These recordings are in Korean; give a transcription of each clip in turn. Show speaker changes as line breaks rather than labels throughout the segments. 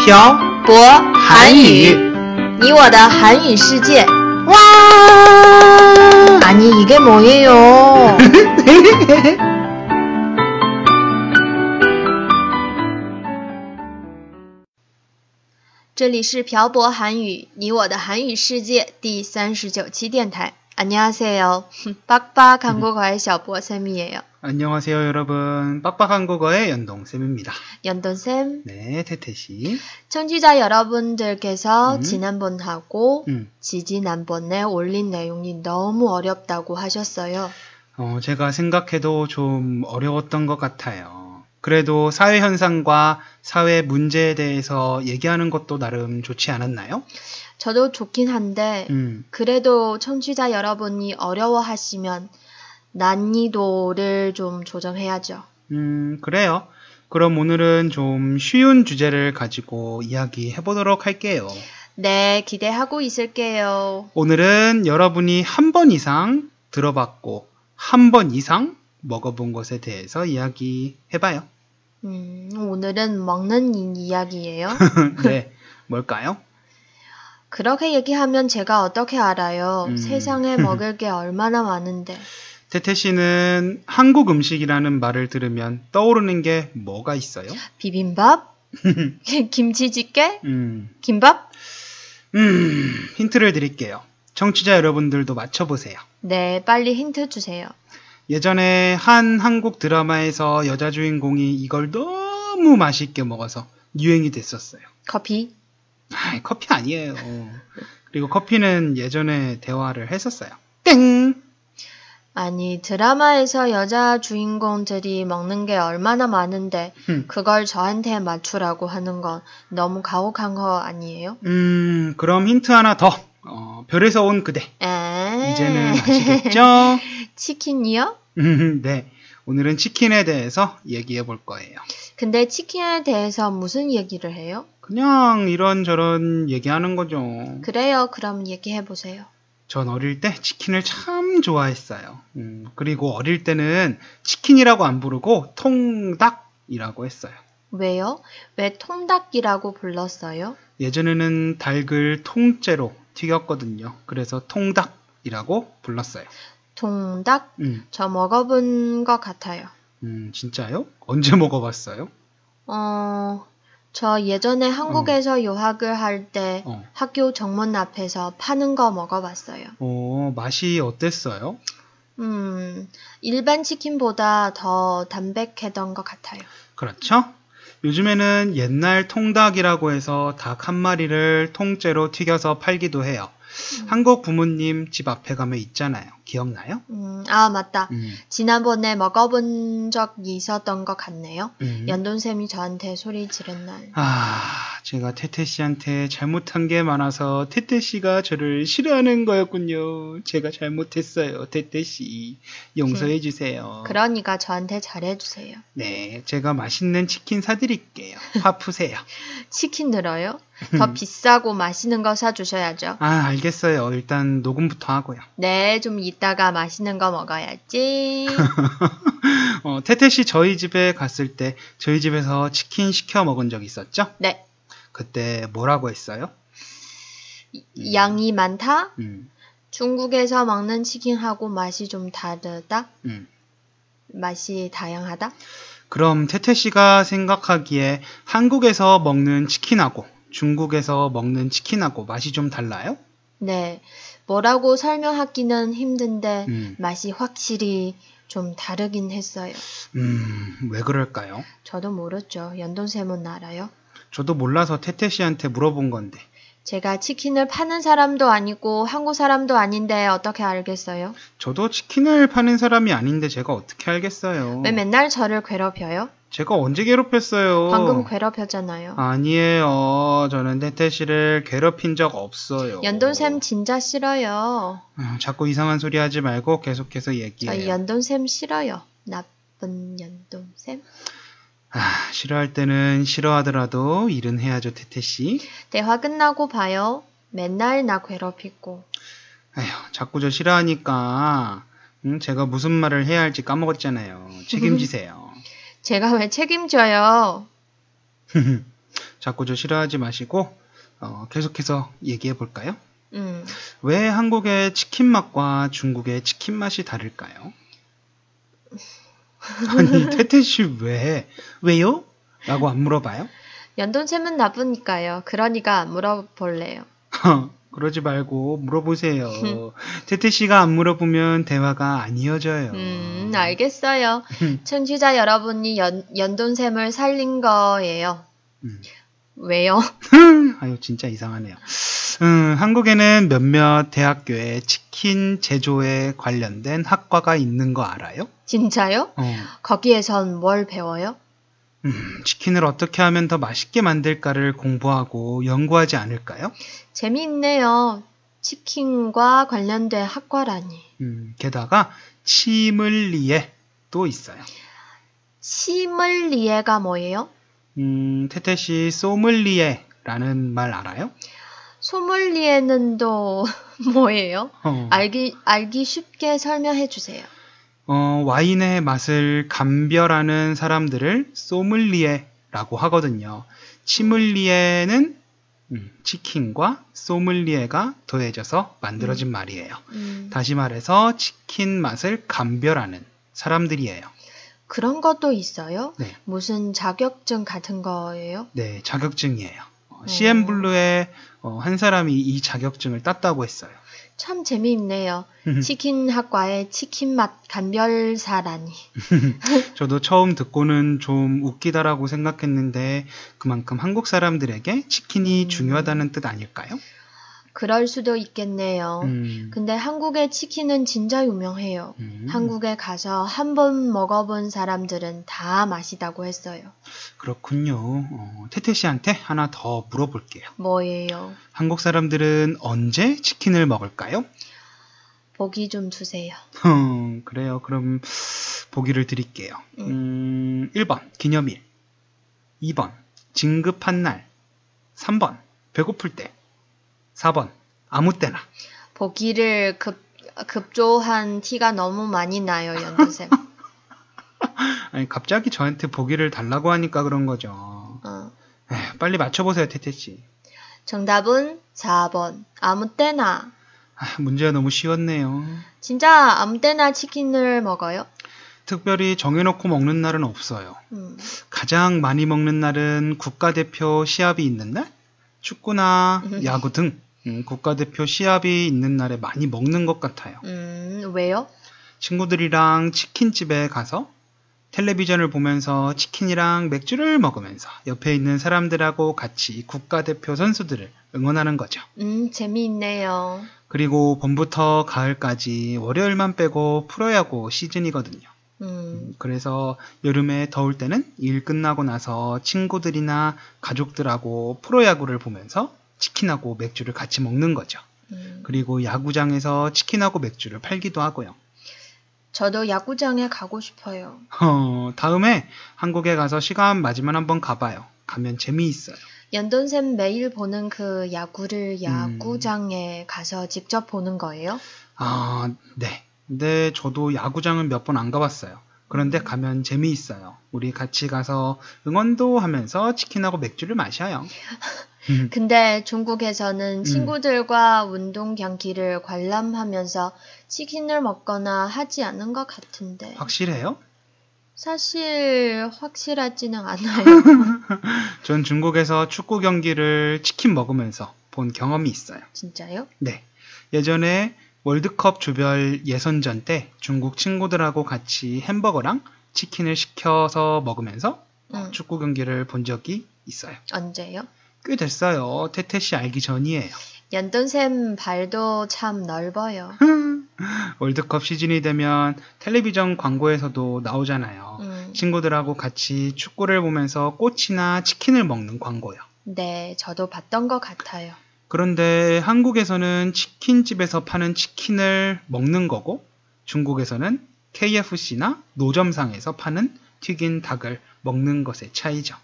朴
博
韩语
你我的韩语世界。
와!
아니 이게 뭐예요?这里是漂泊韩语，你我的韩语世界第三十九期电台。안녕하세요，빡빡한국어의小博쌤이에요。
안녕하세요, 여러분. 빡빡한 국어의 연동쌤입니다.
연돈 쌤,
네, 태태씨.
청취자 여러분들께서
음.
지난번하고
음.
지지난번에 올린 내용이 너무 어렵다고 하셨어요.
어, 제가 생각해도 좀 어려웠던 것 같아요. 그래도 사회 현상과 사회 문제에 대해서 얘기하는 것도 나름 좋지 않았나요?
저도 좋긴 한데
음,
그래도 청취자 여러분이 어려워하시면 난이도를 좀 조정해야죠.
음, 그래요. 그럼 오늘은 좀 쉬운 주제를 가지고 이야기해보도록 할게요.
네, 기대하고 있을게요.
오늘은 여러분이 한 번 이상 들어봤고 한 번 이상 먹어본 것에 대해서 이야기해봐요.
음, 오늘은 먹는 이- 이야기예요.
네, 뭘까요?
그렇게 얘기하면 제가 어떻게 알아요?
음.
세상에 먹을 게 얼마나 많은데.
태태 씨는 한국 음식이라는 말을 들으면 떠오르는 게 뭐가 있어요?
비빔밥? 김치찌개?
음,
김밥?
음, 힌트를 드릴게요. 청취자 여러분들도 맞춰보세요.
네, 빨리 힌트 주세요.
예전에 한 한국 드라마에서 여자 주인공이 이걸 너무 맛있게 먹어서 유행이 됐었어요.
커피?
아이, 커피 아니에요. 그리고 커피는 예전에 대화를 했었어요. 땡!
아니, 드라마에서 여자 주인공들이 먹는 게 얼마나 많은데,
음.
그걸 저한테 맞추라고 하는 건 너무 가혹한 거 아니에요?
음, 그럼 힌트 하나 더. 어, 별에서 온 그대.
에
이제는 아시겠죠?
치킨이요?
음, 네. 오늘은 치킨에 대해서 얘기해 볼 거예요.
근데 치킨에 대해서 무슨 얘기를 해요?
그냥 이런저런 얘기하는 거죠.
그래요, 그럼 얘기해 보세요.
전 어릴 때 치킨을 참 좋아했어요. 음, 그리고 어릴 때는 치킨이라고 안 부르고 통닭이라고 했어요.
왜요? 왜 통닭이라고 불렀어요?
예전에는 닭을 통째로 튀겼거든요. 그래서 통닭이라고 불렀어요.
통닭?
음,
저 먹어본 것 같아요.
음, 진짜요? 언제 먹어봤어요?
어, 저 예전에 한국에서 유학을 할 때
어.
학교 정문 앞에서 파는 거 먹어봤어요.
어, 맛이 어땠어요?
음, 일반 치킨보다 더 담백했던 것 같아요.
그렇죠? 요즘에는 옛날 통닭이라고 해서 닭 한 마리를 통째로 튀겨서 팔기도 해요. 한국 부모님 집 앞에 가면 있잖아요. 기억나요?
음, 아, 맞다.
음,
지난번에 먹어본 적이 있었던 것 같네요.
음.
연돈쌤이 저한테 소리 지른 날.
아, 제가 태태 씨한테 잘못한 게 많아서 태태 씨가 저를 싫어하는 거였군요. 제가 잘못했어요. 태태 씨. 용서해 주세요.
그러니까 저한테 잘해주세요.
네, 제가 맛있는 치킨 사드릴게요. 화푸세요.
치킨 늘어요? 더 비싸고 맛있는 거 사주셔야죠.
아, 알겠어요. 일단 녹음부터 하고요.
네, 좀 이따가 맛있는 거 먹어야지.
어, 태태 씨 저희 집에 갔을 때 저희 집에서 치킨 시켜 먹은 적 있었죠?
네,
그때 뭐라고 했어요? 음.
양이 많다?
음,
중국에서 먹는 치킨하고 맛이 좀 다르다?
음.
맛이 다양하다?
그럼 태태 씨가 생각하기에 한국에서 먹는 치킨하고 중국에서 먹는 치킨하고 맛이 좀 달라요?
네, 뭐라고 설명하기는 힘든데
음,
맛이 확실히 좀 다르긴 했어요.
음, 왜 그럴까요?
저도 모르죠. 연돈샘은 알아요.
저도 몰라서 태태 씨한테 물어본 건데.
제가 치킨을 파는 사람도 아니고 한국 사람도 아닌데 어떻게 알겠어요?
저도 치킨을 파는 사람이 아닌데 제가 어떻게 알겠어요?
왜 맨날 저를 괴롭혀요?
제가 언제 괴롭혔어요?
방금 괴롭혔잖아요.
아니에요. 저는 태태 씨를 괴롭힌 적 없어요.
연돈샘 진짜 싫어요.
아, 자꾸 이상한 소리 하지 말고 계속해서 얘기해요.
저 연돈샘 싫어요. 나쁜 연돈샘.
아, 싫어할 때는 싫어하더라도 일은 해야죠, 태태 씨.
대화 끝나고 봐요. 맨날 나 괴롭히고.
아휴, 자꾸 저 싫어하니까 음, 제가 무슨 말을 해야 할지 까먹었잖아요. 책임지세요.
제가 왜 책임져요?
자꾸 저 싫어하지 마시고 어, 계속해서 얘기해 볼까요?
嗯，
왜 한국의 치킨 맛과 중국의 치킨 맛이 다를까요? 아니 태태 씨 왜 왜요? 라고 안 물어봐요?
연동체면 나쁘니까요. 그러니까 안 물어볼래요.
그러지 말고 물어보세요. 태태 씨가 안 물어보면 대화가 안 이어져요.
음, 알겠어요. 청취자 여러분이 연, 연돈샘을 살린 거예요.
음.
왜요?
아유 진짜 이상하네요. 음, 한국에는 몇몇 대학교에 치킨 제조에 관련된 학과가 있는 거 알아요?
진짜요?
어,
거기에선 뭘 배워요?
음, 치킨을 어떻게 하면 더 맛있게 만들까를 공부하고 연구하지 않을까요?
재미있네요. 치킨과 관련된 학과라니.
음, 게다가 치물리에 또 있어요.
시물리에가 뭐예요?
음, 태태 씨 소믈리에라는 말 알아요?
소믈리에는 또 뭐예요?
어.
알기 알기 쉽게 설명해 주세요.
어, 와인의 맛을 감별하는 사람들을 소믈리에라고 하거든요. 치믈리에는 음, 치킨과 소믈리에가 더해져서 만들어진 말이에요.
음,
다시 말해서 치킨 맛을 감별하는 사람들이에요.
그런 것도 있어요?
네.
무슨 자격증 같은 거예요?
네, 자격증이에요.
어.
CM 블루의 어, 한 사람이 이 자격증을 땄다고 했어요.
참 재미있네요.
음.
치킨 학과의 치킨 맛 감별사라니.
저도 처음 듣고는 좀 웃기다라고 생각했는데 그만큼 한국 사람들에게 치킨이
음.
중요하다는 뜻 아닐까요?
그럴 수도 있겠네요.
음.
어, 근데 한국의 치킨은 진짜 유명해요.
음.
한국에 가서 한 번 먹어본 사람들은 다 맛있다고 했어요.
그렇군요. 어, 태태 씨한테 하나 더 물어볼게요.
뭐예요?
한국 사람들은 언제 치킨을 먹을까요?
보기 좀 주세요.
흠, 어, 그래요. 그럼 보기를 드릴게요. 음, 1번 기념일, 2번 진급한 날, 3번 배고플 때, 4번 아무 때나.
보기를 급, 급조한 티가 너무 많이 나요, 연두쌤.
아니 갑자기 저한테 보기를 달라고 하니까 그런 거죠.
어.
에휴, 빨리 맞춰보세요, 태태 씨.
정답은 4번. 아무 때나.
아, 문제가 너무 쉬웠네요.
진짜 아무 때나 치킨을 먹어요?
특별히 정해놓고 먹는 날은 없어요.
음,
가장 많이 먹는 날은 국가대표 시합이 있는 날, 축구나 야구 등 음, 국가대표 시합이 있는 날에 많이 먹는 것 같아요.
음, 왜요?
친구들이랑 치킨집에 가서 텔레비전을 보면서 치킨이랑 맥주를 먹으면서 옆에 있는 사람들하고 같이 국가대표 선수들을 응원하는 거죠.
음, 재미있네요.
그리고 봄부터 가을까지 월요일만 빼고 프로야구 시즌이거든요.
음,
그래서 여름에 더울 때는 일 끝나고 나서 친구들이나 가족들하고 프로야구를 보면서 치킨하고 맥주를 같이 먹는 거죠.
음.
그리고 야구장에서 치킨하고 맥주를 팔기도 하고요.
저도 야구장에 가고 싶어요.
어, 다음에 한국에 가서 시간 맞으면 한번 가봐요. 가면 재미있어요.
연돈쌤 매일 보는 그 야구를 야구장에 가서 직접 보는 거예요?
아, 네. 근데 저도 야구장은 몇 번 안 가봤어요. 그런데 가면 재미있어요. 우리 같이 가서 응원도 하면서 치킨하고 맥주를 마셔요. 음,
근데 중국에서는 친구들과 운동 경기를 관람하면서 치킨을 먹거나 하지 않은 것 같은데.
확실해요?
사실 확실하지는 않아요.
전 중국에서 축구 경기를 치킨 먹으면서 본 경험이 있어요.
진짜요? 음.
네. 예전에 월드컵 조별 예선전 때 중국 친구들하고 같이 햄버거랑 치킨을 시켜서 먹으면서
응.
축구 경기를 본 적이 있어요.
언제요?
꽤 됐어요. 태태 씨 알기 전이에요.
연돈샘 발도 참 넓어요.
월드컵 시즌이 되면 텔레비전 광고에서도 나오잖아요.
음,
친구들하고 같이 축구를 보면서 꽃이나 치킨을 먹는 광고요.
네, 저도 봤던 것 같아요.
그런데 한국에서는 치킨집에서 파는 치킨을 먹는 거고 중국에서는 KFC나 노점상에서 파는 튀긴 닭을 먹는 것의 차이죠.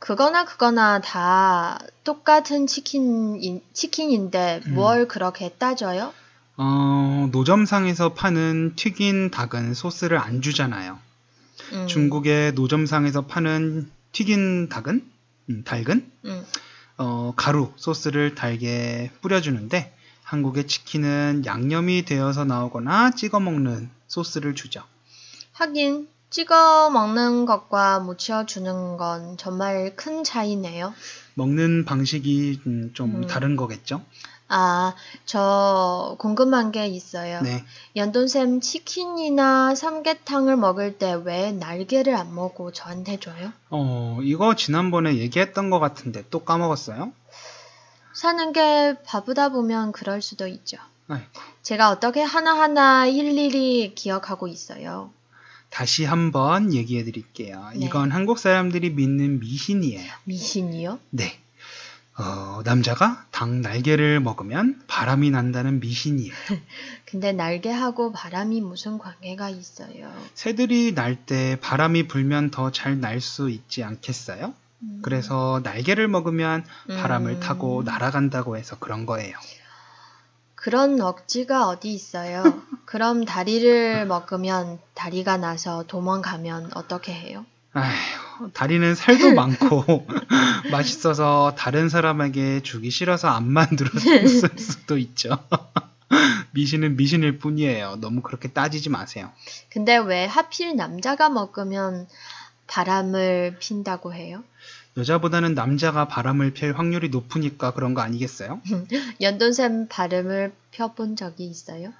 그거나 그거나 다 똑같은 치킨 치킨인데
음.
뭘 그렇게 따져요?
어, 노점상에서 파는 튀긴 닭은 소스를 안 주잖아요.
음,
중국의 노점상에서 파는 튀긴 닭은 음, 달근
음,
어, 가루 소스를 달게 뿌려주는데 한국의 치킨은 양념이 되어서 나오거나 찍어 먹는 소스를 주죠.
하긴 찍어 먹는 것과 무쳐 주는 건 정말 큰 차이네요.
먹는 방식이 음, 좀
음.
다른 거겠죠?
아, 저 궁금한 게 있어요.
네.
연돈쌤 치킨이나 삼계탕을 먹을 때 왜 날개를 안 먹고 저한테 줘요?
어, 이거 지난번에 얘기했던 것 같은데 또 까먹었어요?
사는 게 바쁘다 보면 그럴 수도 있죠.
아이고,
제가 어떻게 하나하나 일일이 기억하고 있어요.
다시 한번 얘기해 드릴게요.
네.
이건 한국 사람들이 믿는 미신이에요.
미신이요?
네. 어, 남자가 닭 날개를 먹으면 바람이 난다는 미신이에요.
근데 날개하고 바람이 무슨 관계가 있어요?
새들이 날 때 바람이 불면 더 잘 날 수 있지 않겠어요?
음,
그래서 날개를 먹으면 바람을
음,
타고 날아간다고 해서 그런 거예요.
그런 억지가 어디 있어요? 그럼 다리를 먹으면 다리가 나서 도망가면 어떻게 해요?
아휴, 다리는 살도 많고 맛있어서 다른 사람에게 주기 싫어서 안 만들어 쓸 수도 있죠. 미신은 미신일 뿐이에요. 너무 그렇게 따지지 마세요.
근데 왜 하필 남자가 먹으면 바람을 핀다고 해요?
여자보다는 남자가 바람을 필 확률이 높으니까 그런 거 아니겠어요?
연돈샘 발음을 펴본 적이 있어요?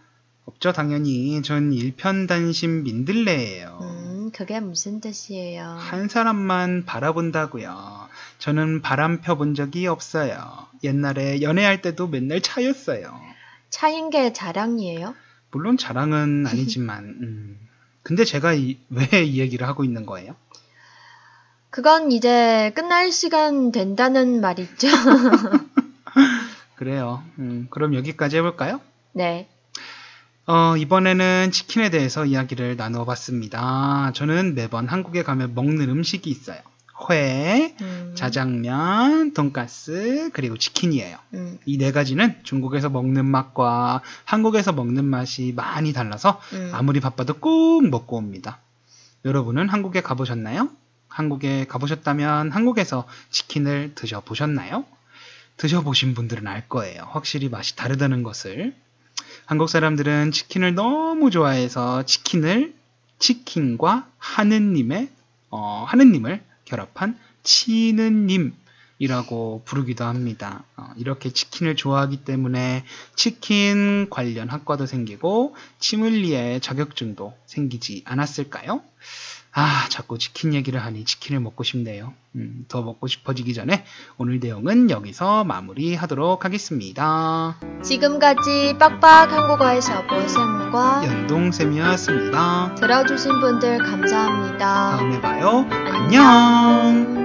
없죠, 당연히. 전 일편단심 민들레예요.
음, 그게 무슨 뜻이에요?
한 사람만 바라본다고요. 저는 바람 펴본 적이 없어요. 옛날에 연애할 때도 맨날 차였어요.
차인 게 자랑이에요?
물론 자랑은 아니지만, 음. 근데 제가 왜 이 얘기를 하고 있는 거예요?
그건 이제 끝날 시간 된다는 말이죠.
그래요. 음, 그럼 여기까지 해볼까요?
네.
어, 이번에는 치킨에 대해서 이야기를 나눠봤습니다. 저는 매번 한국에 가면 먹는 음식이 있어요. 회,
음,
자장면, 돈가스, 그리고 치킨이에요.
음,
이 네 가지는 중국에서 먹는 맛과 한국에서 먹는 맛이 많이 달라서
음.
아무리 바빠도 꼭 먹고 옵니다. 여러분은 한국에 가보셨나요? 한국에 가보셨다면 한국에서 치킨을 드셔보셨나요? 드셔보신 분들은 알 거예요. 확실히 맛이 다르다는 것을. 한국 사람들은 치킨을 너무 좋아해서 치킨을 치킨과 하느님의 어, 하느님을 결합한 치느님이라고 부르기도 합니다. 어, 이렇게 치킨을 좋아하기 때문에 치킨 관련 학과도 생기고 치물리의 자격증도 생기지 않았을까요? 아, 자꾸 치킨 얘기를 하니 치킨을 먹고 싶네요. 음, 더 먹고 싶어지기 전에 오늘 내용은 여기서 마무리하도록 하겠습니다.
지금까지 빡빡 한국어의 샤보쌤과
연동쌤이었습니다. 아,
들어주신 분들 감사합니다.
다음에 봐요. 안녕.